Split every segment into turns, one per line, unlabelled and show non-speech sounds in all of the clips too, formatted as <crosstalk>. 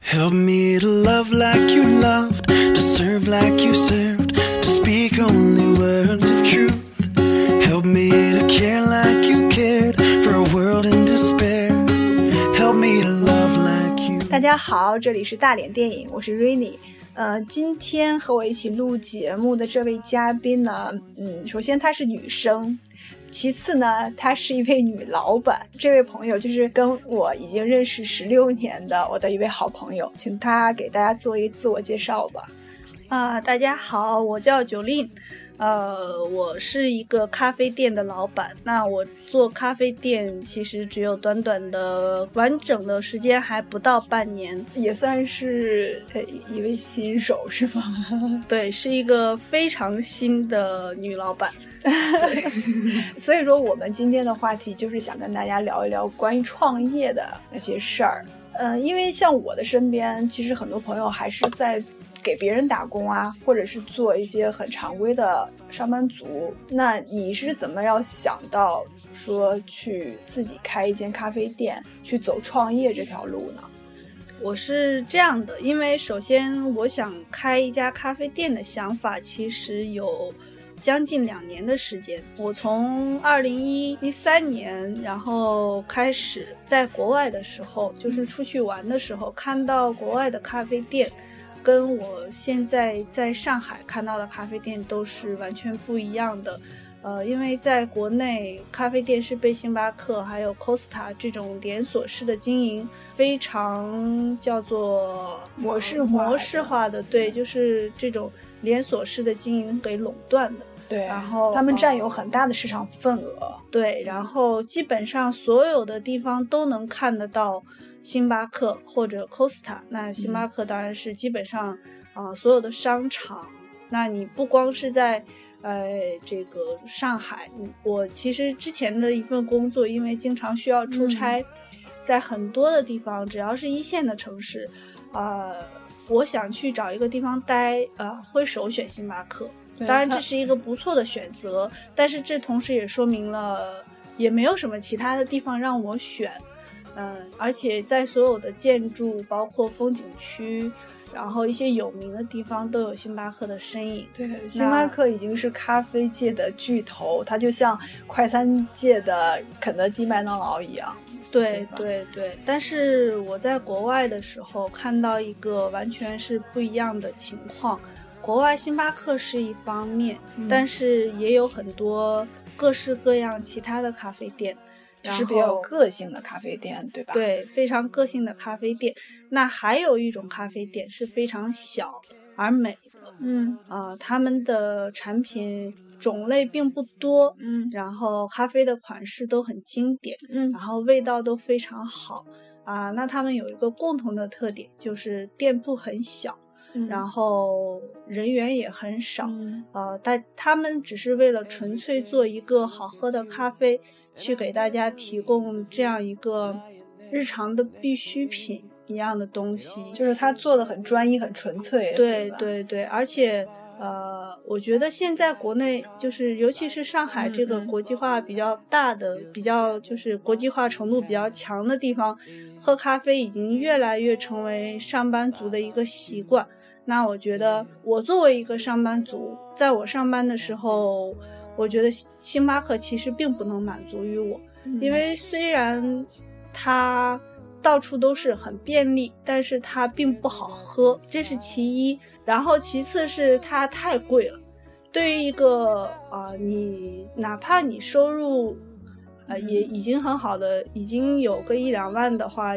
Help me to love like you loved, to serve like you served, to speak only words of truth. Help me to care like you cared for a world in despair. Help me to love like you.
大家好，这里是大脸电影，我是 Rainy。呃，今天和我一起录节目的这位嘉宾呢，嗯，首先她是女生，其次呢，她是一位女老板。这位朋友就是跟我已经认识十六年的我的一位好朋友，请她给大家做一自我介绍吧。
啊，大家好，我叫九令，呃，我是一个咖啡店的老板。那我做咖啡店其实只有短短的完整的时间，还不到半年。
也算是呃一位新手是吗？
对，是一个非常新的女老板。
所以说，我们今天的话题就是想跟大家聊一聊关于创业的那些事儿。嗯，因为像我的身边，其实很多朋友还是在给别人打工啊，或者是做一些很常规的上班族。那你是怎么样想到说去自己开一间咖啡店，去走创业这条路呢？
我是这样的，因为首先我想开一家咖啡店的想法其实有将近两年的时间。我从二零一一三年，然后开始在国外的时候，就是出去玩的时候，看到国外的咖啡店，跟我现在在上海看到的咖啡店都是完全不一样的。呃，因为在国内，咖啡店是被星巴克还有 Costa 这种连锁式的经营非常叫做呃
模式化的
模式化的，对，就是这种连锁式的经营给垄断的。
对，啊
然后
嗯他们
呃
占有很大的市场份额。
对，然后基本上所有的地方都能看得到星巴克或者 Costa。那星巴克当然是基本上啊、所有的商场。那你不光是在呃这个上海，你我其实之前的一份工作，因为经常需要出差，在很多的地方，只要是一线的城市，呃，我想去找一个地方待，呃，会首选星巴克。
对
当然，
它
这是一个不错的选择，但是这同时也说明了，也没有什么其他的地方让我选。嗯，而且在所有的建筑，包括风景区，然后一些有名的地方，都有星巴克的身影。
对，星巴克已经是咖啡界的巨头，它就像快餐界的肯德基、麦当劳一样。对
对
吧
对对，但是我在国外的时候看到一个完全是不一样的情况。国外星巴克是一方面，
嗯
但是也有很多各式各样其他的咖啡店，然
是比较有
后
个性的咖啡店，对吧？，
对，非常个性的咖啡店。那还有一种咖啡店是非常小而美的
嗯
啊、他们的产品种类并不多，
嗯
然后咖啡的款式都很经典，
嗯
然后味道都非常好啊、那他们有一个共同的特点，就是店铺很小，
嗯
然后人员也很少。
嗯
呃，但他们只是为了纯粹做一个好喝的咖啡，去给大家提供这样一个日常的必需品一样的东西。
就是它做的很专一、很纯粹。
对
吧
对对，而且呃，我觉得现在国内就是，尤其是上海
嗯
这个
嗯
国际化比较大的、比较就是国际化程度比较强的地方，喝咖啡已经越来越成为上班族的一个习惯。那我觉得，我作为一个上班族，在我上班的时候，我觉得星星巴克其实并不能满足于我。
嗯
因为虽然它到处都是很便利，但是它并不好喝，这是其一。然后其次是它太贵了，对于一个啊、呃你哪怕你收入呃也已经很好的，已经有个一两万的话，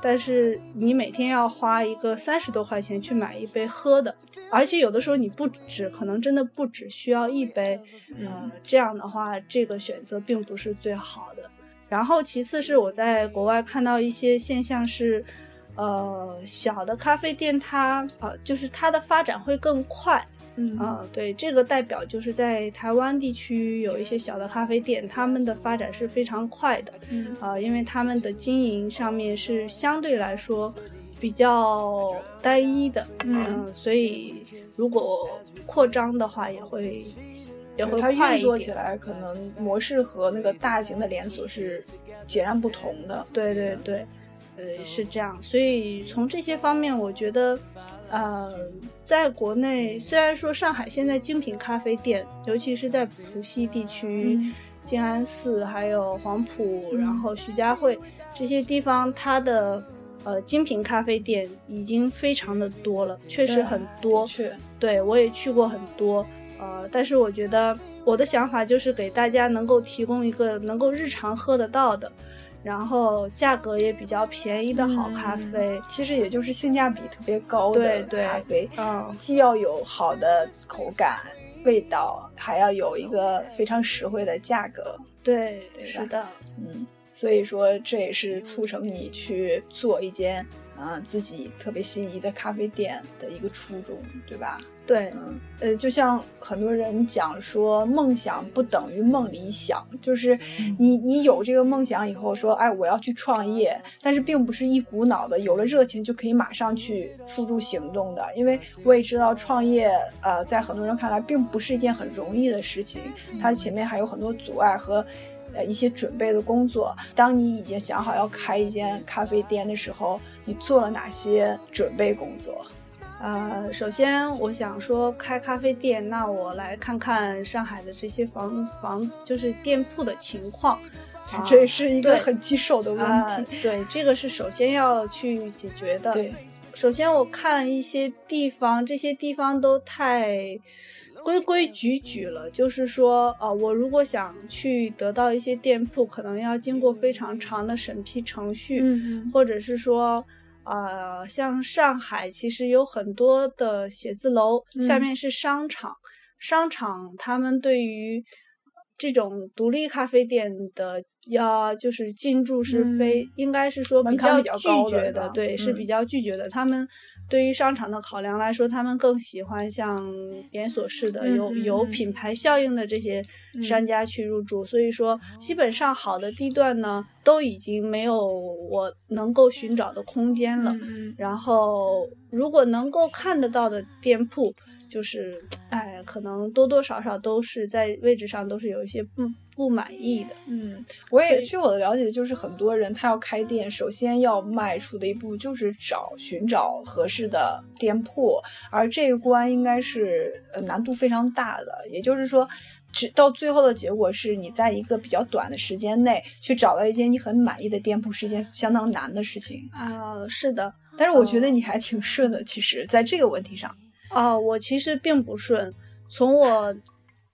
但是你每天要花一个三十多块钱去买一杯喝的，而且有的时候你不止，可能真的不只需要一杯，呃，这样的话，这个选择并不是最好的。然后其次是我在国外看到一些现象是，呃，小的咖啡店它呃，就是它的发展会更快，
嗯
啊、对，这个代表就是在台湾地区有一些小的咖啡店，他们的发展是非常快的，
嗯
啊、因为他们的经营上面是相对来说比较单一的，
嗯
嗯、所以如果扩张的话，也会也会
它
快
运
一
作
点。
起来可能模式和那个大型的连锁是截然不同的。
对对对，呃，是这样。所以从这些方面，我觉得，呃，在国内虽然说上海现在精品咖啡店，尤其是在浦西地区、
嗯
静安寺、还有黄埔，
嗯
然后徐家汇这些地方，它的呃精品咖啡店已经非常的多了，确实
对
很多
的。确，
对我也去过很多，呃，但是我觉得我的想法就是给大家能够提供一个能够日常喝得到的，然后价格也比较便宜的好咖
嗯
啡。
其实也就是性价比特别高的
对对
咖啡，
嗯，
既要有好的口感、味道，还要有一个非常实惠的价格。
对，
对吧
是的，
嗯，所以说这也是促成你去做一间嗯、呃自己特别心仪的咖啡店的一个初衷，对吧？
对，
嗯，呃，就像很多人讲说，梦想不等于梦理想，就是
嗯
你你有这个梦想以后说，哎，我要去创业，但是并不是一股脑的有了热情就可以马上去付诸行动的，因为我也知道创业，呃，在很多人看来并不是一件很容易的事情，
嗯
它前面还有很多阻碍和。呃，一些准备的工作。当你已经想好要开一间咖啡店的时候，你做了哪些准备工
啊
作？
呃，首先我想说开咖啡店，那我来看看上海的这些房房就是店铺的情况。啊
这也是一个
对
很棘手的问
啊、
题。
对，这个是首先要去解决的。
对，
首先我看一些地方，这些地方都太规规矩矩了。就是说，呃，我如果想去得到一些店铺，可能要经过非常长的审批程序，
嗯
或者是说。呃，像上海其实有很多的写字楼，下
嗯
面是商场，商场他们对于这种独立咖啡店的要就是进驻是非，应该是说
嗯门
比
槛
较
比较高
拒
的是
绝
吧
对，是
嗯
比较拒绝的。他们对于商场的考量来说，他们更喜欢像连锁式的、
嗯
有
嗯
有
嗯
品牌效应的这些
嗯
商家去入驻。所以说，基本上好的地段呢，都已经没有我能够寻找的空间了。
嗯
然后如果能够看得到的店铺，就是哎，可能多多少少都是在位置上都是有一些不不满意的。
嗯，我
所
也
以
据我的了解，就是很多人他要开店，首先要迈出的一步就是找寻找合适的店铺，而这一关应该是呃难度非常大的。也就是说，只到最后的结果是你在一个比较短的时间内去找到一间你很满意的店铺，是一件相当难的事情。
啊、是的，
但是我觉得你还挺顺的，其实，在这个问题上，
啊、我其实并不顺，从我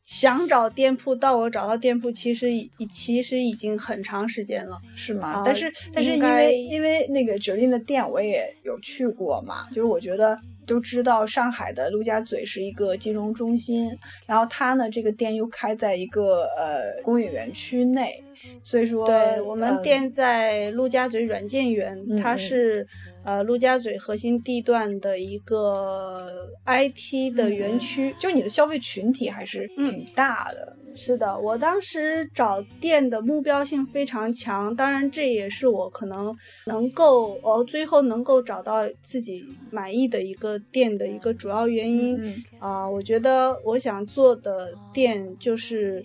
想找店铺到我找到店铺，其实已已其实已经很长时间了。
是
啊
吗？但是但是
应
因
该
为因为那个 j 令的店我也有去过嘛，就是我觉得都知道上海的陆家嘴是一个金融中心，然后它呢这个店又开在一个呃工业园区内，所以说
对我们
呃
店在陆家嘴软件园，
嗯
它
嗯
是呃陆家嘴核心地段的一个 IT 的园区。
嗯就你的消费群体还是
嗯
挺大的，
是的，我当时找店的目标性非常强，当然这也是我可能能够哦最后能够找到自己满意的一个店的一个主要原因。
嗯
啊、我觉得我想做的店就是，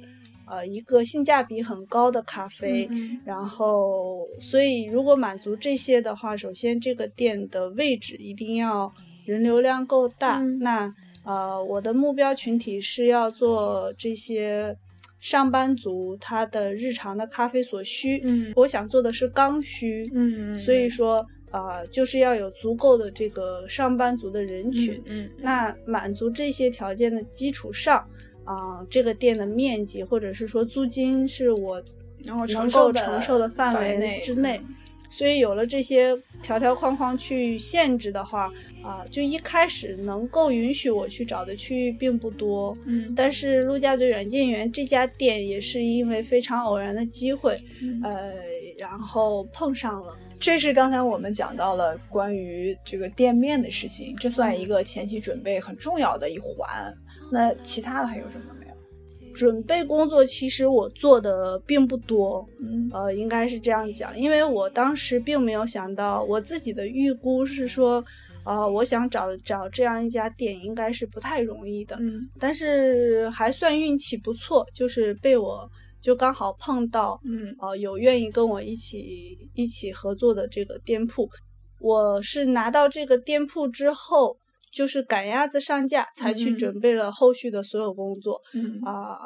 呃，一个性价比很高的咖啡。
嗯
然后，所以如果满足这些的话，首先这个店的位置一定要人流量够大。
嗯
那呃，我的目标群体是要做这些上班族他的日常的咖啡所需。
嗯
我想做的是刚需。
嗯
所以说，呃，就是要有足够的这个上班族的人群。
嗯
那满足这些条件的基础上，啊、这个店的面积或者是说租金是我
然后
能
承
够
受的
承受的范
围嗯
围之内，所以有了这些条条框框去限制的话，啊、就一开始能够允许我去找的区域并不多。
嗯
但是陆家嘴软件园这家店也是因为非常偶然的机会，
嗯
呃，然后碰上了。
这是刚才我们讲到了关于这个店面的事情，这算一个前期准备很重要的一环。那其他的还有什么没有？
准备工作其实我做的并不多，
嗯
呃，应该是这样讲，因为我当时并没有想到，我自己的预估是说，呃，我想找找这样一家店应该是不太容易的，
嗯
但是还算运气不错，就是被我就刚好碰到
嗯
呃有愿意跟我一起一起合作的这个店铺。我是拿到这个店铺之后，就是赶鸭子上架，才去
嗯
准备了后续的所有工作。
嗯
啊、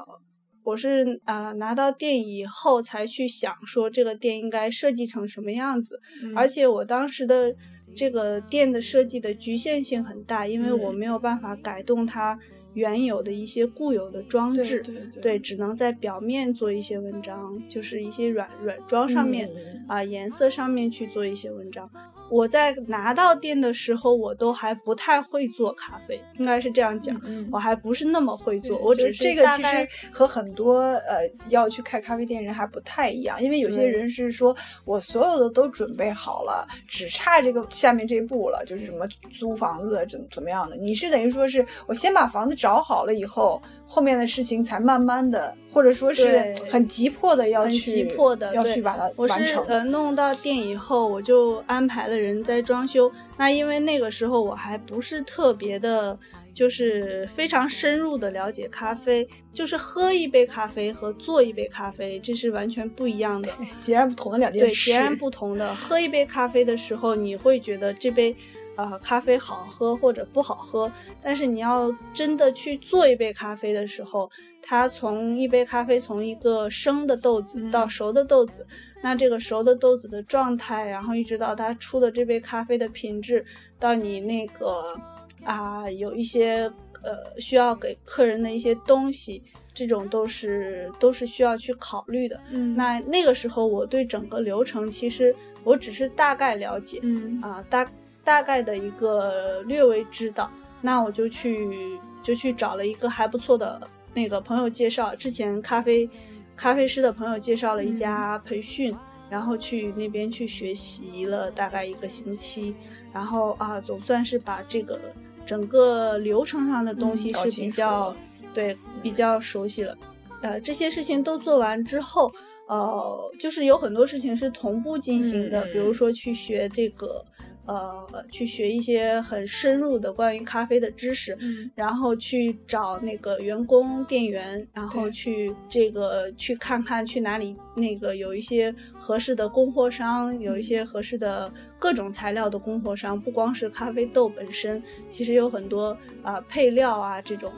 我是啊、拿到店以后才去想说这个店应该设计成什么样子，
嗯
而且我当时的这个店的设计的局限性很大，因为我
嗯
没有办法改动它原有的一些固有的装
对
置，
对对
对，只能在表面做一些文章，就是一些软软装上面
嗯
啊、颜色上面去做一些文章。我在拿到店的时候，我都还不太会做咖啡，应该是这样讲。
嗯
我还不是那么会做，
对
我
就
只是
这个
大
其
概
实和很多呃要去开咖啡店人还不太一样，因为有些
对
人是说我所有的都准备好了，只差这个下面这一步了，就是什么租房子啊怎么怎么样的。你是等于说是我先把房子找好了以后，后面的事情才慢慢的，或者说是
对
很急迫的要
很
去
急迫的
要
对
去把它
我
完
是
成。
呃弄到店以后，我就安排了人在装修。那因为那个时候我还不是特别的，就是非常深入的了解咖啡，就是喝一杯咖啡和做一杯咖啡这是完全不一样的，
截然不同的两件
对，
事，嗯
截然不同的。喝一杯咖啡的时候，你会觉得这杯。啊、咖啡好喝或者不好喝，但是你要真的去做一杯咖啡的时候，它从一杯咖啡从一个生的豆子
嗯
到熟的豆子，那这个熟的豆子的状态，然后一直到它出的这杯咖啡的品质，到你那个啊有一些呃需要给客人的一些东西，这种都是都是需要去考虑的。
嗯
那那个时候我对整个流程其实我只是大概了解，
嗯
啊，大大概的一个略微知道，那我就去就去找了一个还不错的那个朋友介绍，之前咖啡咖啡师的朋友介绍了一家
嗯
培训，然后去那边去学习了大概一个星期，然后啊，总算是把这个整个流程上的东西
嗯搞
是
清
比
楚
较、
了
对比较熟悉了，呃，这些事情都做完之后。呃，就是有很多事情是同步进行的，
嗯
比如说去学这个，呃，去学一些很深入的关于咖啡的知识，
嗯
然后去找那个员工、店员，然后
对
去这个去看看去哪里那个有一些合适的供货商，有一
嗯
些合适的各种材料的供货商，不光是咖啡豆本身，其实有很多啊、呃配料啊这种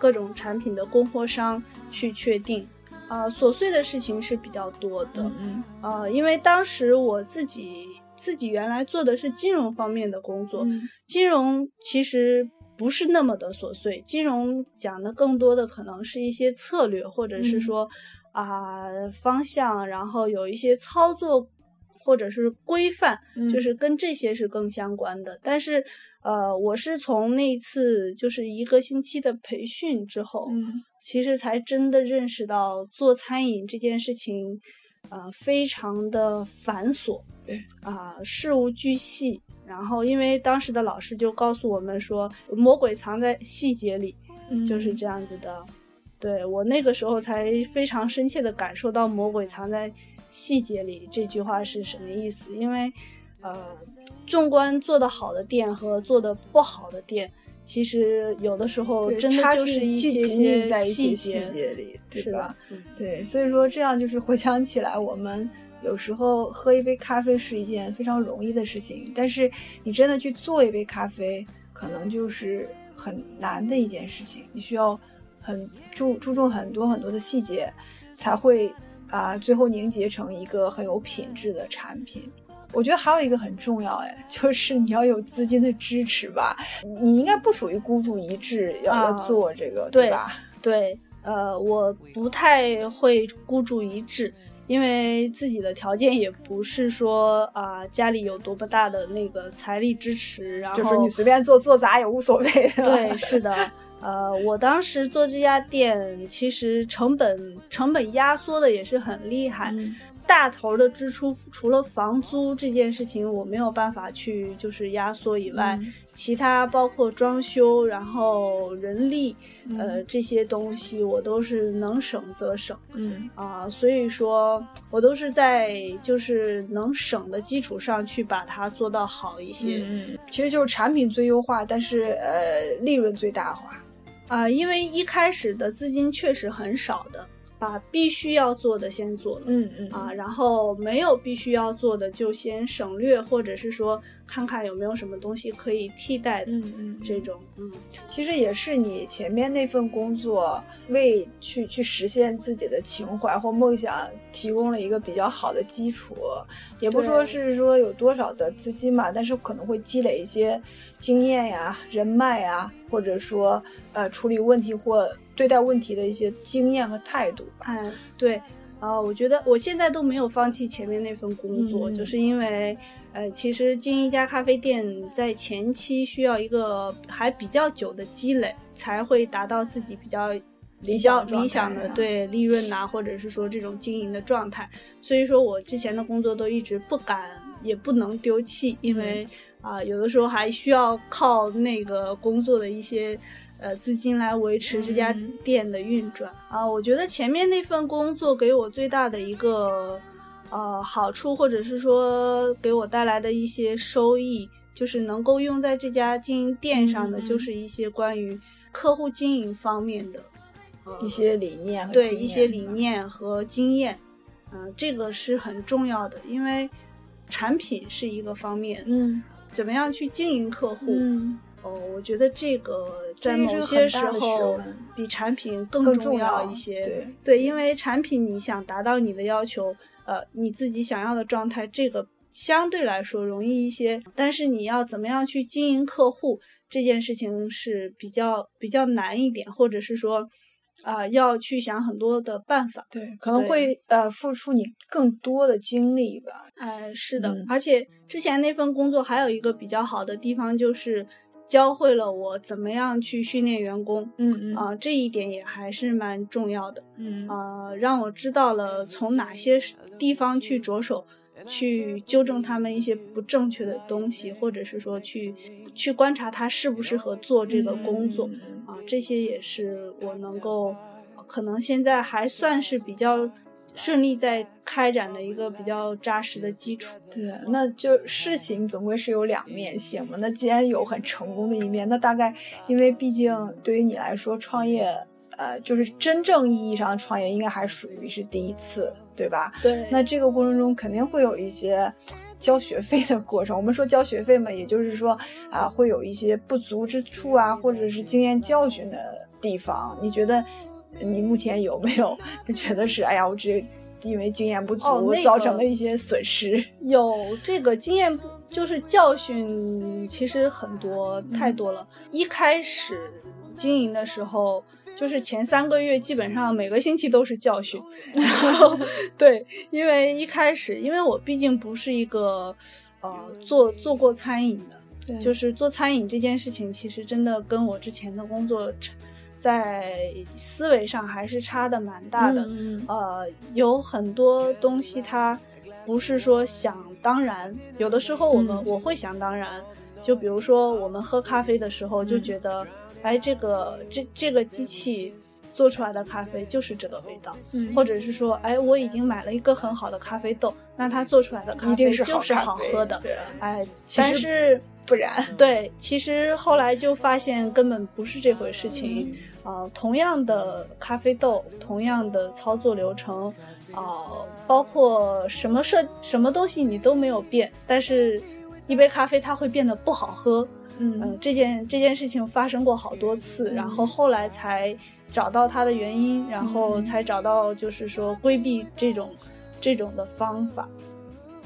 各种产品的供货商去确定。啊、琐碎的事情是比较多的，
嗯
呃，因为当时我自己自己原来做的是金融方面的工作，
嗯
金融其实不是那么的琐碎，金融讲的更多的可能是一些策略，或者是
嗯
说啊、方向，然后有一些操作或者是规范，
嗯
就是跟这些是更相关的。但是呃，我是从那一次就是一个星期的培训之后，
嗯
其实才真的认识到做餐饮这件事情，呃，非常的繁琐
对，
啊、事无巨细。然后，因为当时的老师就告诉我们说，魔鬼藏在细节里，
嗯
就是这样子的。对我那个时候才非常深切的感受到“魔鬼藏在细节里”这句话是什么意思，因为，呃，纵观做得好的店和做得不好的店，其实有的时候
对
真的
差
就
距
是一
仅
些
仅仅在一
细
些
节，
细节里，对
是
吧
吧？？嗯
对，所以说这样就是回想起来，我们有时候喝一杯咖啡是一件非常容易的事情，但是你真的去做一杯咖啡，可能就是很难的一件事情。你需要很注注重很多很多的细节，才会啊、最后凝结成一个很有品质的产品。我觉得还有一个很重要哎， <laughs> 就是你要有资金的支持吧。你应该不属于孤注一掷要、要
啊
做这个，
对
吧？
对，呃，我不太会孤注一掷，因为自己的条件也不是说啊、家里有多么大的那个财力支持，然后
就是你随便做做砸也无所谓 <laughs> 的。
对，是的。呃，我当时做这家店，其实成本成本压缩的也是很厉害。
嗯
大头的支出除了房租这件事情我没有办法去就是压缩以外，
嗯
其他包括装修，然后人力，
嗯
呃，这些东西我都是能省则省
嗯
啊、所以说我都是在就是能省的基础上去把它做到好一些
嗯，其实就是产品最优化，但是呃，利润最大化。
啊、因为一开始的资金确实很少的，把必须要做的先做了。
嗯嗯
啊，然后没有必须要做的就先省略，或者是说看看有没有什么东西可以替代的
嗯嗯，
这种，嗯，
其实也是你前面那份工作为去去实现自己的情怀或梦想提供了一个比较好的基础，也不说
对
是说有多少的资金嘛，但是可能会积累一些经验呀、人脉呀，或者说呃处理问题或对待问题的一些经验和态度吧。
哎，对，啊，我觉得我现在都没有放弃前面那份工作，
嗯
就是因为，呃，其实经营一家咖啡店在前期需要一个还比较久的积累，才会达到自己比较。
理
比
想的
较
状态
理想的
啊
对利润呐、或者是说这种经营的状态，所以说我之前的工作都一直不敢也不能丢弃，
嗯
因为啊、有的时候还需要靠那个工作的一些呃资金来维持这家
嗯
店的运转啊、我觉得前面那份工作给我最大的一个呃好处，或者是说给我带来的一些收益，就是能够用在这家经营店上的，
嗯
就是一些关于客户经营方面的、呃
一些理念和
对
经验啊
一些理念和经验，嗯、这个是很重要的，因为产品是一个方面，
嗯
怎么样去经营客户，
嗯
哦，我觉得这个
这
在
是
某
个
些
很
时
大的学
候
问
比产品更
更
重
重要
一些。
对
因为产品你想达到你的要求，呃，你自己想要的状态，这个相对来说容易一些。但是你要怎么样去经营客户这件事情是比较比较难一点，或者是说，啊、要去想很多的办法。
对，可能
对
会呃付出你更多的精力吧。
哎，是的，
嗯
而且之前那份工作还有一个比较好的地方就是。教会了我怎么样去训练员工，
嗯嗯
啊、这一点也还是蛮重要的。
嗯
呃，让我知道了从哪些地方去着手，去纠正他们一些不正确的东西，或者是说去去观察他适不适合做这个工作
嗯嗯嗯
啊、这些也是我能够可能现在还算是比较顺利在开展的一个比较扎实的基础。
对，那就事情总归是有两面性嘛。那既然有很成功的一面，那大概因为毕竟对于你来说，创业呃，就是真正意义上的创业，应该还属于是第一次，对吧？
对
那这个过程中肯定会有一些交学费的过程。我们说交学费嘛，也就是说啊、会有一些不足之处啊，或者是经验教训的地方。你觉得你目前有没有就觉得是哎呀，我这因为经验不足、
哦那个
造成了一些损失？
有这个经验不，就是教训，其实很多太多了。一开始经营的时候，就是前三个月基本上每个星期都是教训。然后对，因为一开始，因为我毕竟不是一个呃做做过餐饮的，
对
就是做餐饮这件事情，其实真的跟我之前的工作差在思维上还是差的蛮大的。
嗯
呃，有很多东西它不是说想当然，有的时候我们、
嗯
我会想当然，就比如说我们喝咖啡的时候就觉
嗯
得，哎，这个这这个机器做出来的咖啡就是这个味道，
嗯
或者是说，哎，我已经买了一个很好的咖啡豆，那它做出来的咖
一定
啡
是
就是
咖
好
啡
喝的，
对啊
哎，
其
但
实
是
不然，
对，其实后来就发现根本不是这回事情。呃，同样的咖啡豆，同样的操作流程，呃，包括什么设什么东西你都没有变，但是一杯咖啡它会变得不好喝。嗯、
嗯
这件这件事情发生过好多次，然后后来才找到它的原因，然后才找到就是说规避这种这种的方法。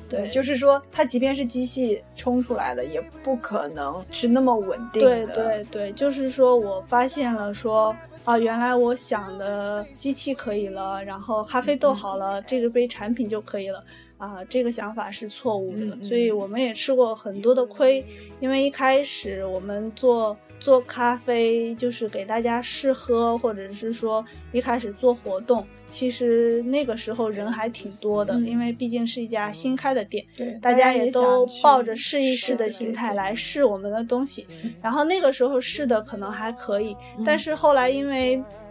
对，就是说，它即便是机器冲出来的，也不可能是那么稳定
对
的。
对对，就是说我发现了说。啊，原来我想的机器可以了，然后咖啡
嗯
豆好了，这个杯产品就可以了，啊，这个想法是错误的，
嗯嗯
所以我们也吃过很多的亏，因为一开始我们做做咖啡就是给大家试喝，或者是说一开始做活动，其实那个时候人还挺多的，
嗯
因为毕竟是一家新开的店，
对，
大家也都
想去
抱着试一试的
对
心
对
态
对嗯
来试我们的东西，然后那个时候试的可能还可以，但是后来因为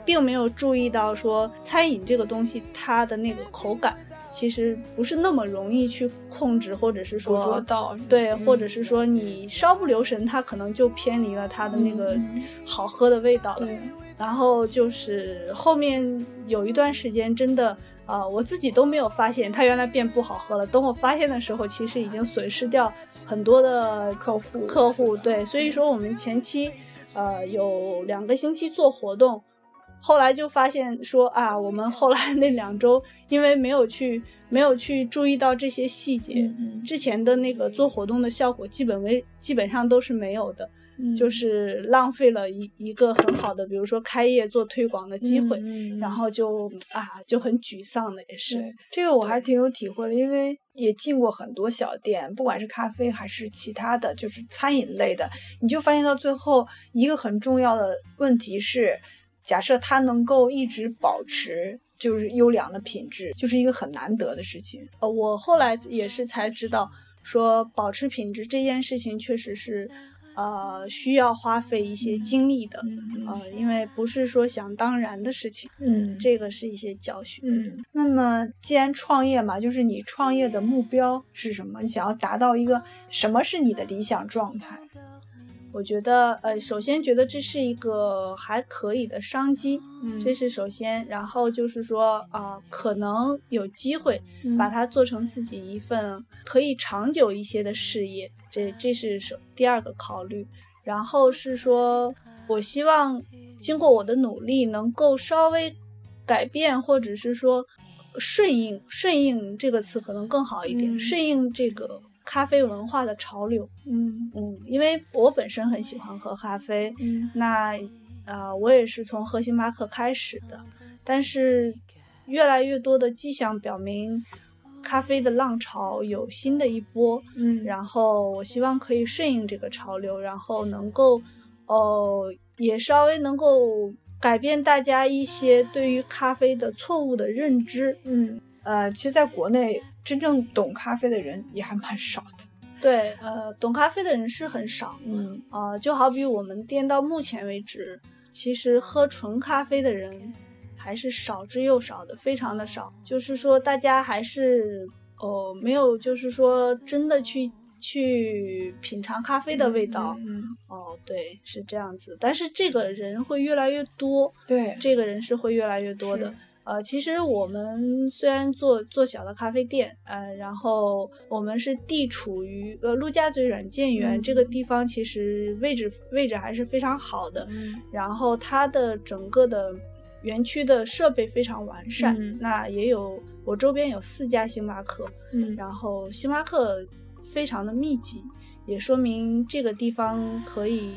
并没有注意到说餐饮这个东西它的那个口感其实不是那么容易去控制，或者是
捕捉
说
到是吧
对，
嗯
或者是说你稍不留神，它可能就偏离了它的那个
嗯嗯
好喝的味道了。
对
然后就是后面有一段时间，真的啊、我自己都没有发现它原来变不好喝了。等我发现的时候，其实已经损失掉很多的
客户
客户。对，所以说我们前期呃有两个星期做活动，后来就发现说啊，我们后来那两周 <laughs> 因为没有去没有去注意到这些细节，
嗯
之前的那个做活动的效果基本为基本上都是没有的，
嗯
就是浪费了一一个很好的，比如说开业做推广的
嗯
机会，然后就啊就很沮丧的也是。
对，这个我还是挺有体会的，因为也进过很多小店，不管是咖啡还是其他的，就是餐饮类的，你就发现到最后一个很重要的问题是，假设它能够一直保持就是优良的品质，就是一个很难得的事情。
呃，我后来也是才知道，说保持品质这件事情确实是，呃，需要花费一些精力的，
嗯
呃，因为不是说想当然的事情，
嗯
这个是一些教训。
嗯，那么既然创业嘛，就是你创业的目标是什么？你想要达到一个什么是你的理想状态？
我觉得，呃，首先觉得这是一个还可以的商机，
嗯
这是首先，然后就是说啊、可能有机会
嗯
把它做成自己一份可以长久一些的事业，这这是首第二个考虑。然后是说，我希望经过我的努力，能够稍微改变，或者是说顺应顺应这个词可能更好一点，
嗯
顺应这个咖啡文化的潮流。
嗯
嗯，因为我本身很喜欢喝咖啡，
嗯
那呃，我也是从喝星巴克开始的，但是越来越多的迹象表明，咖啡的浪潮有新的一波，
嗯
然后我希望可以顺应这个潮流，然后能够哦、也稍微能够改变大家一些对于咖啡的错误的认知，
嗯，呃，其实在国内真正懂咖啡的人也还蛮少的。
对，呃，懂咖啡的人是很少，
嗯
啊，就好比我们店到目前为止，其实喝纯咖啡的人还是少之又少的，非常的少。就是说，大家还是哦，没有，就是说真的去去品尝咖啡的味道。
嗯，
哦，对，是这样子。但是这个人会越来越多，
对，
这个人是会越来越多的
是。
呃，其实我们虽然做做小的咖啡店，呃，然后我们是地处于呃陆家嘴软件园、
嗯
这个地方，其实位置位置还是非常好的。
嗯
然后它的整个的园区的设备非常完善，
嗯
那也有我周边有四家星巴克，
嗯
然后星巴克非常的密集，也说明这个地方可以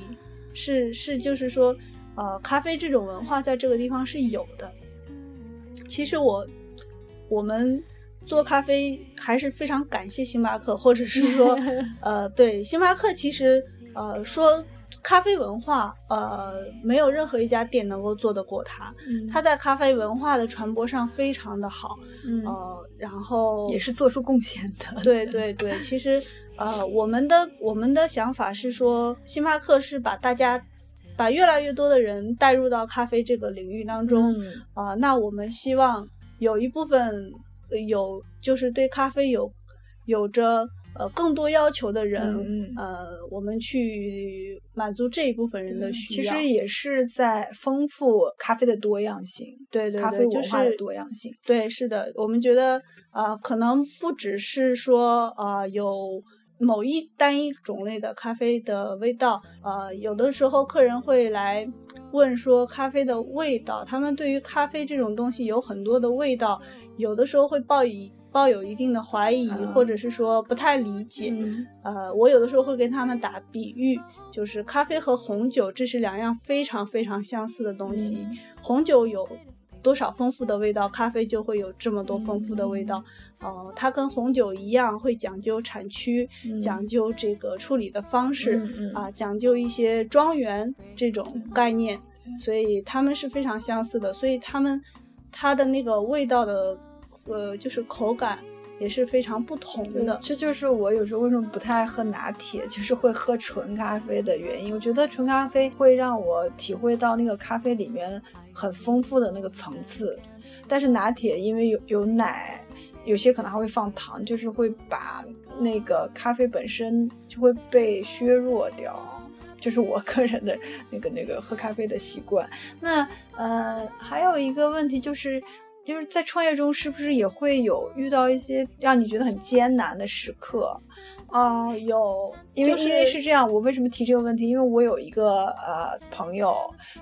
是是就是说，呃，咖啡这种文化在这个地方是有的。其实我我们做咖啡还是非常感谢星巴克，或者是
<laughs>
说，呃，对星巴克其实呃说咖啡文化呃没有任何一家店能够做得过它，
嗯
它在咖啡文化的传播上非常的好，
嗯
呃，然后
也是做出贡献 <laughs> 的。
对对对，其实呃，我们的我们的想法是说，星巴克是把大家把越来越多的人带入到咖啡这个领域当中
嗯
啊、那我们希望有一部分呃有就是对咖啡有有着呃更多要求的人，
嗯嗯
呃，我们去满足这一部分人的
嗯
需
其
要。
实也是在丰富咖啡的多样性，
对对
咖
对
啡
就
文化的
是
多样性。
对，是的，我们觉得呃，可能不只是说呃有某一单一种类的咖啡的味道，呃，有的时候客人会来问说咖啡的味道，他们对于咖啡这种东西有很多的味道，有的时候会抱以抱有一定的怀疑，
嗯
或者是说不太理解。
嗯
呃，我有的时候会跟他们打比喻，就是咖啡和红酒，这是两样非常非常相似的东西。
嗯
红酒有多少丰富的味道，咖啡就会有这么多丰富的味道。呃，它跟红酒一样，会讲究产区，
嗯
讲究这个处理的方式，
嗯嗯
啊、讲究一些庄园这种概念，所以它们是非常相似的。所以它们它的那个味道的，呃，就是口感也是非常不同
对
的。
这就是我有时候为什么不太爱喝拿铁，就是会喝纯咖啡的原因。我觉得纯咖啡会让我体会到那个咖啡里面很丰富的那个层次，但是拿铁因为有有奶，有些可能还会放糖，就是会把那个咖啡本身就会被削弱掉。就是我个人的那个那个喝咖啡的习惯。那呃，还有一个问题就是。就是在创业中，是不是也会有遇到一些让你觉得很艰难的时刻？
哦，有，
因为、
就是、
因为是这样，我为什么提这个问题？因为我有一个呃朋友，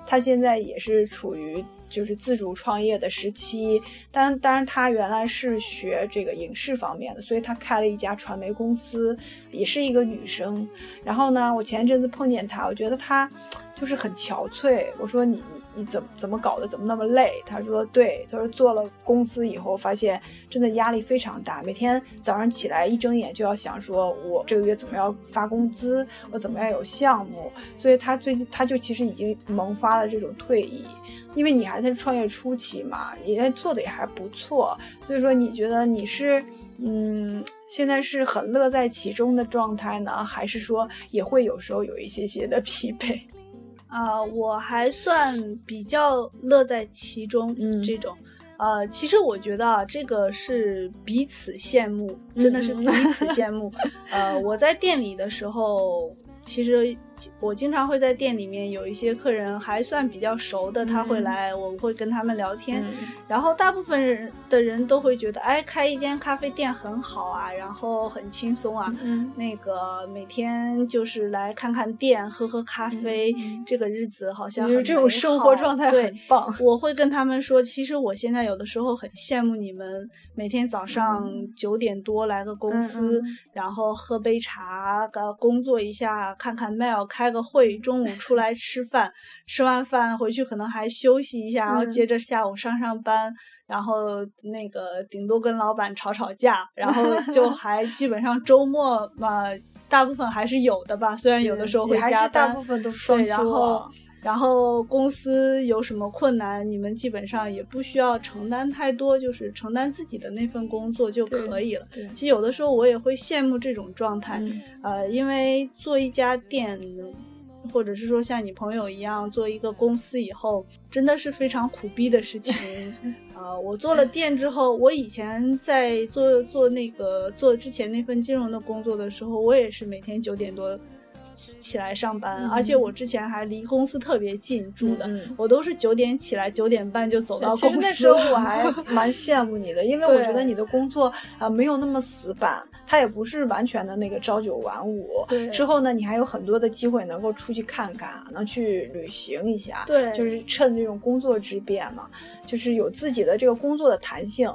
他现在也是处于就是自主创业的时期，但当然他原来是学这个影视方面的，所以他开了一家传媒公司，也是一个女生。然后呢，我前一阵子碰见她，我觉得她就是很憔悴。我说你你你怎么怎么搞的，怎么那么累？她说对，她说做了公司以后，发现真的压力非常大，每天早上起来一睁眼就要想说我这个月怎么样发工资，我怎么样有项目，所以她最近她就其实已经萌发了这种退意。因为你还在创业初期嘛，也做的也还不错，所以说你觉得你是嗯，现在是很乐在其中的状态呢，还是说也会有时候有一些些的疲惫？
啊、我还算比较乐在其中，
嗯
这种。呃，其实我觉得啊，这个是彼此羡慕，真的是
嗯
彼此
<laughs>
羡慕。呃，我在店里的时候，其实我经常会在店里面有一些客人还算比较熟的，他会
嗯
来，我会跟他们聊天。然后大部分人的人都会觉得，哎，开一间咖啡店很好啊，然后很轻松啊。
嗯
那个每天就是来看看店，喝喝咖啡，
嗯
这个日子好像
就
很
是这种
美
生
好
活状态
对
很，棒。
我会跟他们说，其实我现在有的时候很羡慕你们，每天早上
嗯
九点多来个公司，然后喝杯茶，呃，工作一下，看看 mail，开个会，中午出来吃饭，吃完饭回去可能还休息一下，然后
嗯
接着下午上上班，然后那个顶多跟老板吵吵架，然后
<laughs>
就还基本上周末嘛，大部分还是有的吧，虽然有的时候会
嗯还
加
是大
班
部。分都是双
对
休
然
啊、
后然后公司有什么困难，你们基本上也不需要承担太多，就是承担自己的那份工作就
对
可以了。
对，
其实有的时候我也会羡慕这种状态，
嗯
呃，因为做一家店，或者是说像你朋友一样做一个公司以后，真的是非常苦逼的事情。
<laughs>
呃，我做了店之后，我以前在做做那个做之前那份金融的工作的时候，我也是每天九点多起起来上班，
嗯
而且我之前还离公司特别近住的。
嗯呃
我都是九点起来，九点半就走到公司
其
了。
实那时候我还蛮羡慕你的，因为我
对
觉得你的工作啊、呃没有那么死板，它也不是完全的那个朝九晚五。
对
之后呢，你还有很多的机会能够出去看看，能去旅行一下。
<laughs> 对
就是趁这种工作之便嘛，就是有自己的这个工作的弹性。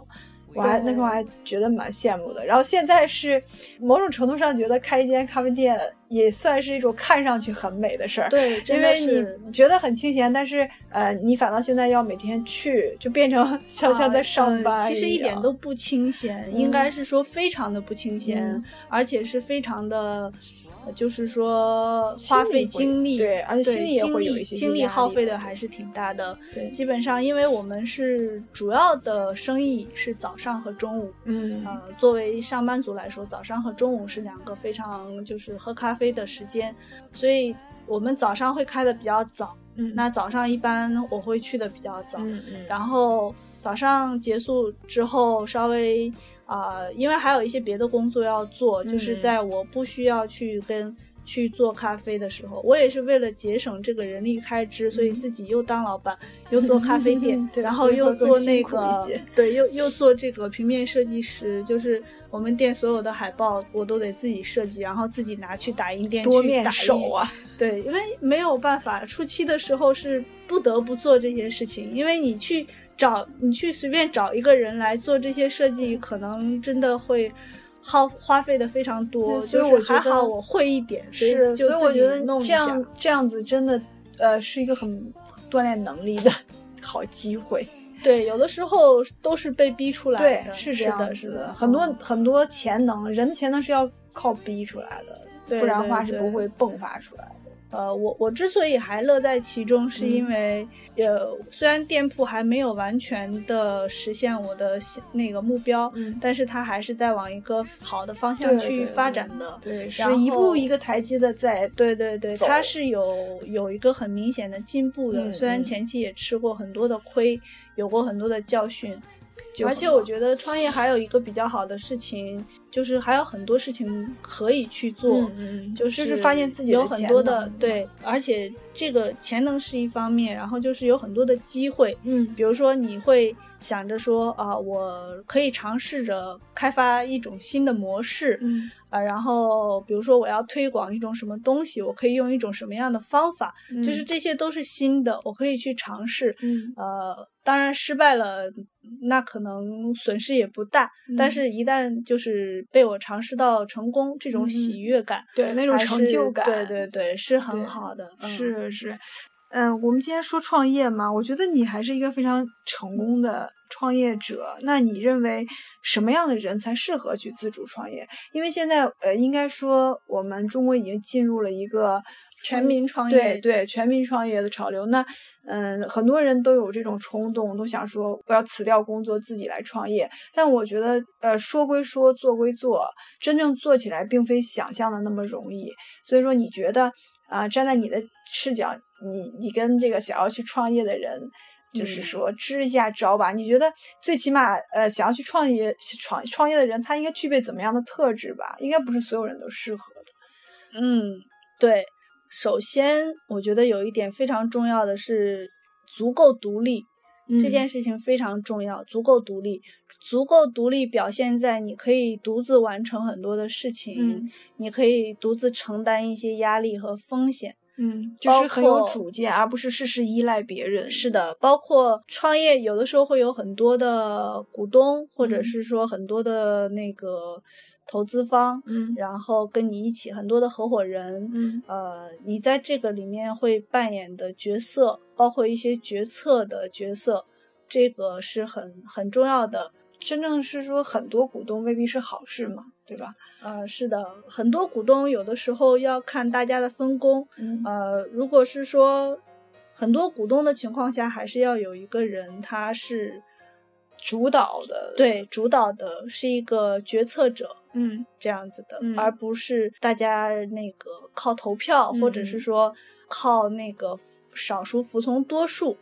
我还
对
那时候还觉得蛮羡慕的，然后现在是某种程度上觉得开一间咖啡店也算是一种看上去很美的事儿，
对，真
因
的
为
是
你觉得很清闲，但是呃，你反倒现在要每天去，就变成像像在上班、
啊啊嗯其实
一
一点
样
都不清闲，
嗯
应该是说非常的不清闲，
嗯
而且是非常的，呃就是说花费精力，
对，而且
对
心里也会有一些
精力精力
压
耗费
的
的还是挺大的。
对，
基本上，因为我们是主要的生意是早上和中午，
嗯
呃，作为上班族来说，早上和中午是两个非常就是喝咖啡的时间，所以我们早上会开的比较早。
嗯
那早上一般我会去的比较早，
嗯嗯，
然后早上结束之后，稍微啊、呃因为还有一些别的工作要做，
嗯，
就是在我不需要去跟去做咖啡的时候，我也是为了节省这个人力开支，所以自己又当老板，又做咖啡店
嗯 <laughs> 对
然
所
后
以
又
会更
做
辛
那
苦
个
一些，
对，又又做这个平面设计师，就是我们店所有的海报我都得自己设计，然后自己拿去打印店
多
去
面
打
手
印
啊，
对，因为没有办法，初期的时候是不得不做这些事情，因为你去找，你去随便找一个人来做这些设计，可能真的会耗花费的非常多。
嗯所以
就是
我觉
还好
得
我会一点，所以
是，
就
所以我
自己
觉得
弄一
这
下
样。这样子真的呃是一个很锻炼能力的好机会。
对，有的时候都是被逼出来
对
的，，
是这
是
样
的，
子
是的，
很多
嗯
很多潜能，人的潜能是要靠逼出来的，
对
不然的
对
话是不
对
会迸发出来的。
呃，我我之所以还乐在其中，是因
嗯
为、呃，虽然店铺还没有完全的实现我的希那个目标，
嗯
但是它还是在往一个好的方向
对
去
对
发
对
展的。
对，是
然
一步
后
一个台阶的在
对对对，
走
它是有有一个很明显的进步的，
嗯
虽然
嗯
前期也吃过很多的亏，有过很多的教训，
就
而且
很好
我觉得创业还有一个比较好的事情，就是还有很多事情可以去做，
嗯嗯嗯
就是
就是发现自己的
有很多
潜
的
能嗯
对，而且这个潜能是一方面，然后就是有很多的机会，
嗯
比如说你会想着说啊、我可以尝试着开发一种新的模式，
嗯
啊，然后比如说我要推广一种什么东西，我可以用一种什么样的方法，
嗯
就是这些都是新的，我可以去尝试。
嗯
呃，当然失败了，那可能损失也不大，但
嗯
是一旦就是被我尝试到成功，这种
嗯
喜悦感，
对那种
还
成
是
就感
对对对，是
对
很好的，嗯、
是是，嗯，我们今天说创业嘛，我觉得你还是一个非常成功的创业者。那你认为什么样的人才适合去自主创业？因为现在呃，应该说我们中国已经进入了一个
全民创业
对对全民创业的潮流。那嗯，很多人都有这种冲动，都想说我要辞掉工作，自己来创业。但我觉得，呃，说归说，做归做，真正做起来并非想象的那么容易。所以说，你觉得啊、站在你的视角，你你跟这个想要去创业的人，就是
嗯
说支一下招吧。你觉得最起码呃，想要去创业创创业的人，他应该具备怎么样的特质吧？应该不是所有人都适合的。
嗯，对。首先，我觉得有一点非常重要的是足够独立，这
嗯
件事情非常重要。足够独立，足够独立表现在你可以独自完成很多的事情，
嗯
你可以独自承担一些压力和风险。
嗯，就是
包
很有
括
主见，而不是事事依赖别人。
是的，包括创业，有的时候会有很多的股东，或者
嗯
是说很多的那个投资方，
嗯
然后跟你一起很多的合伙人，
嗯
呃，你在这个里面会扮演的角色，包括一些决策的角色，这个是很很重要的。
真正是说很多股东未必是好事嘛，对吧？
呃，是的，很多股东有的时候要看大家的分工。
嗯
呃，如果是说很多股东的情况下，还是要有一个人他是
主导的，，
对主导的，是一个决策者
嗯
这样子的，
嗯
而不是大家那个靠投票，或者
嗯
是说靠那个少数服从多数。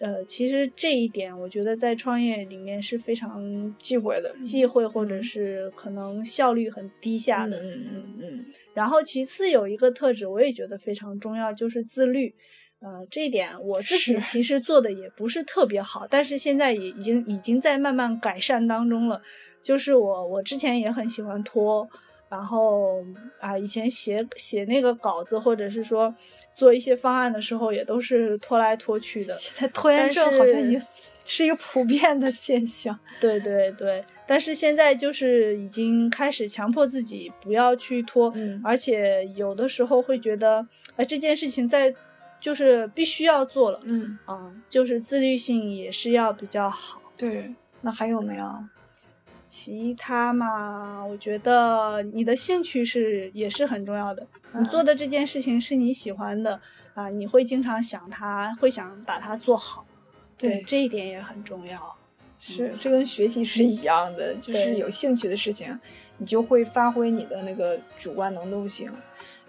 呃，其实这一点，我觉得在创业里面是非常
忌讳的，
忌讳，或者
嗯
是可能效率很低下
嗯
的。
嗯嗯嗯
然后其次有一个特质，我也觉得非常重要，就是自律。呃，这一点我自己
是
其实做的也不是特别好，但是现在也已经已经在慢慢改善当中了。就是我我之前也很喜欢拖，然后啊，以前写写那个稿子或者是说做一些方案的时候，也都是拖来拖去的。
现在拖延
但
症好像已
是
经是一个普遍的现象。
对对对，但是现在就是已经开始强迫自己不要去拖，
嗯
而且有的时候会觉得，哎，这件事情在就是必须要做了
嗯，
啊、就是自律性也是要比较好。
对。那还有没有？
其他嘛，我觉得你的兴趣是也是很重要的。
嗯
你做的这件事情是你喜欢的啊、你会经常想它，会想把它做好。
对
这一点也很重要。
是，这跟学习是一样的，就是
嗯对
有兴趣的事情，你就会发挥你的那个主观能动性。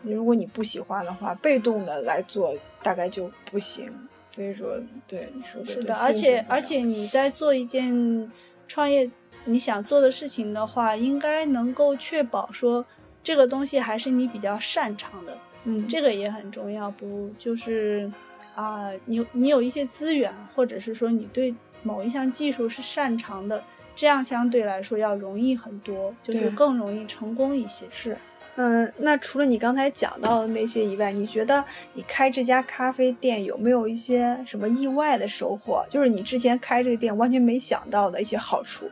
如果你不喜欢的话，被动的来做大概就不行。所以说，对你说的
是
对
的，而
兴趣
且
很重
而
要
且你在做一件创业你想做的事情的话，应该能够确保说这个东西还是你比较擅长的，
嗯，
这个也很重要。不就是啊、你有你有一些资源，或者是说你对某一项技术是擅长的，这样相对来说要容易很多，就是
对
更容易成功一些。是。
嗯，那除了你刚才讲到的那些以外，你觉得你开这家咖啡店有没有一些什么意外的收获？就是你之前开这个店完全没想到的一些好处。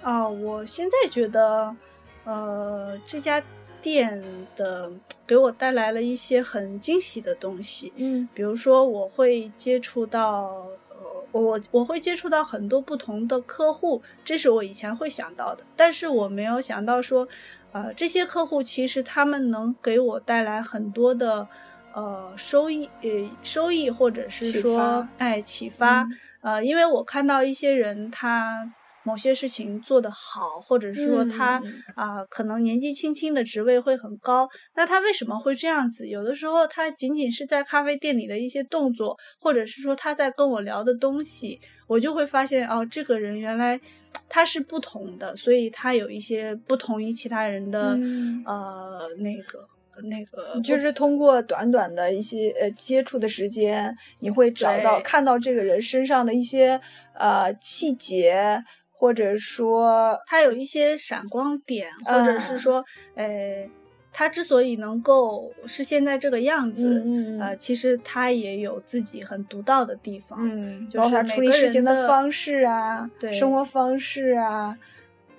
啊、我现在觉得，呃，这家店的给我带来了一些很惊喜的东西，
嗯
比如说我会接触到，呃，我我会接触到很多不同的客户，这是我以前会想到的，但是我没有想到说，呃，这些客户其实他们能给我带来很多的。呃，收益，呃，收益，或者是
启
说
发，嗯
哎，启发，呃，因为我看到一些人他某些事情做得好，或者是说他
嗯
啊、可能年纪轻轻的职位会很高，那他为什么会这样子？有的时候他仅仅是在咖啡店里的一些动作，或者是说他在跟我聊的东西，我就会发现哦，这个人原来他是不同的，所以他有一些不同于其他人的、
嗯
呃那个那个
就是通过短短的一些呃接触的时间，你会找到
对
看到这个人身上的一些呃细节，或者说
它有一些闪光点，或者
嗯
是说，呃，它之所以能够是现在这个样子，
嗯
呃，其实它也有自己很独到的地方。
嗯，
就
包括
是
他
每
处理
个
事
人
情
的
方式啊，
对
生活方式啊，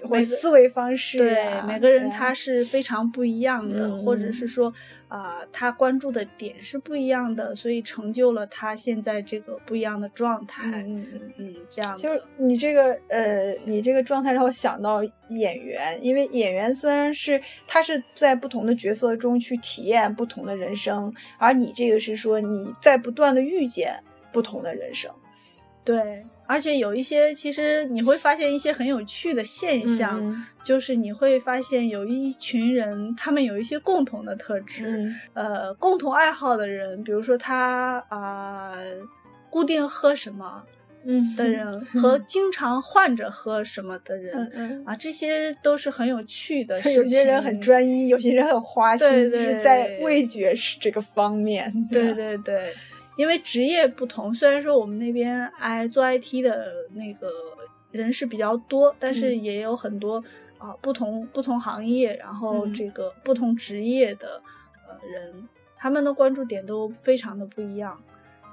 或
每
者
个
思维方式、
对
啊，，
每个人
对
他是非常不一样的，
嗯
或者是说，啊、他关注的点是不一样的，所以成就了他现在这个不一样的状态。
嗯嗯嗯。
嗯，这样的
就是你这个呃，你这个状态让我想到演员，因为演员虽然是他是在不同的角色中去体验不同的人生，而你这个是说你在不断的遇见不同的人生，
对，而且有一些其实你会发现一些很有趣的现象。
嗯
就是你会发现有一群人，他们有一些共同的特质，
嗯
呃，共同爱好的人，比如说他啊、固定喝什么
嗯
的人、和经常换着喝什么的人、
嗯嗯，
啊，这些都是很有趣的事情。
<laughs> 有些人很，专一，有些人很花心，
对
就是
对
在味觉是这个方面，
对
吧
对对。因为职业不同，虽然说我们那边 I 做 IT 的那个人是比较多，但是
嗯
也有很多啊、不同不同行业，然后
嗯
这个不同职业的呃人，他们的关注点都非常的不一样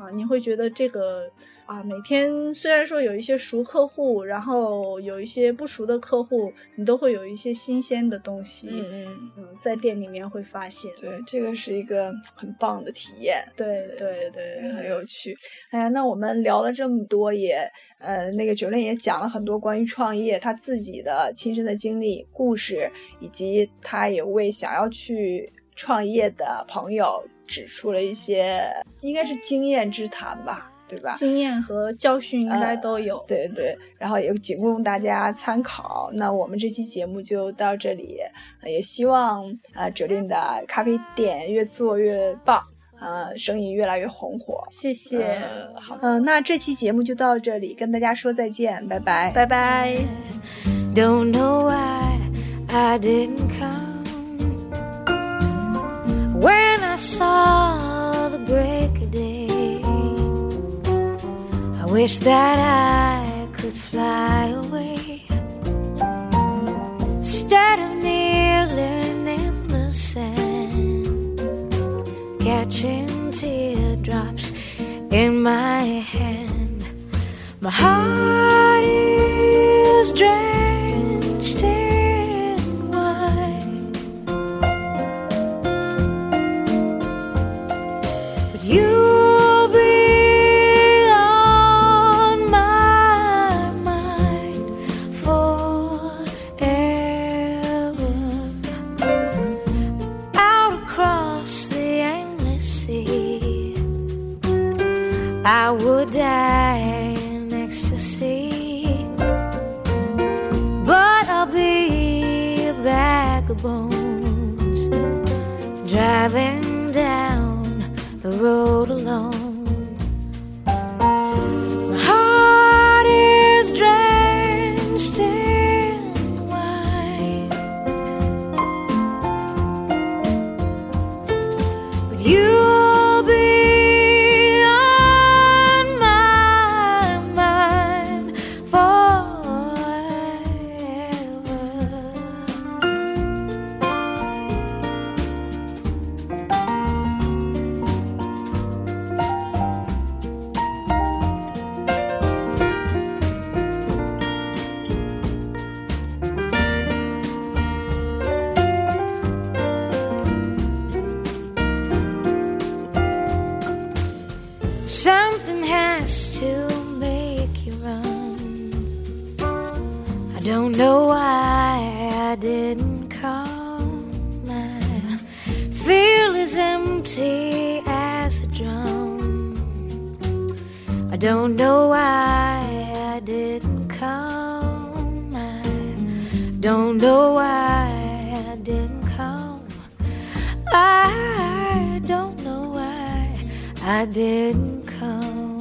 啊、你会觉得这个啊、每天虽然说有一些熟客户，然后有一些不熟的客户，你都会有一些新鲜的东西，
<laughs> 嗯嗯，
嗯在店里面会发现。
对，这个是一个很棒的体验。
对对对
对
对，
很有趣。哎呀，那我们聊了这么多也，呃，那个九令也讲了很多关于创业他自己的亲身的经历、故事，以及他也为想要去创业的朋友指出了一些应该是经验之谈吧，对吧？呃
经验和教训应该都有。
对对，然后也仅供大家参考。那我们这期节目就到这里，呃也希望呃九令的咖啡店越做越棒，呃，生意越来越红火。
谢谢，
呃好，嗯、那这期节目就到这里，跟大家说再见，拜拜。
拜拜。
Don't know why I didn't come. When I saw the break of day, I wish that I could fly away. Instead of kneeling in the sand, catching teardrops in my hand. My heart is drenched in wine, but you'll be on my mind forever. Out across the endless sea. I would die in ecstasy. But I'll be a bag of bones, driving down the road alone. My heart is drenched in wine. But you'll be on my mind forever. Something has to make you run. I don't know why I didn't come. I feel as empty as a drum. I don't know why I didn't come. I didn't come.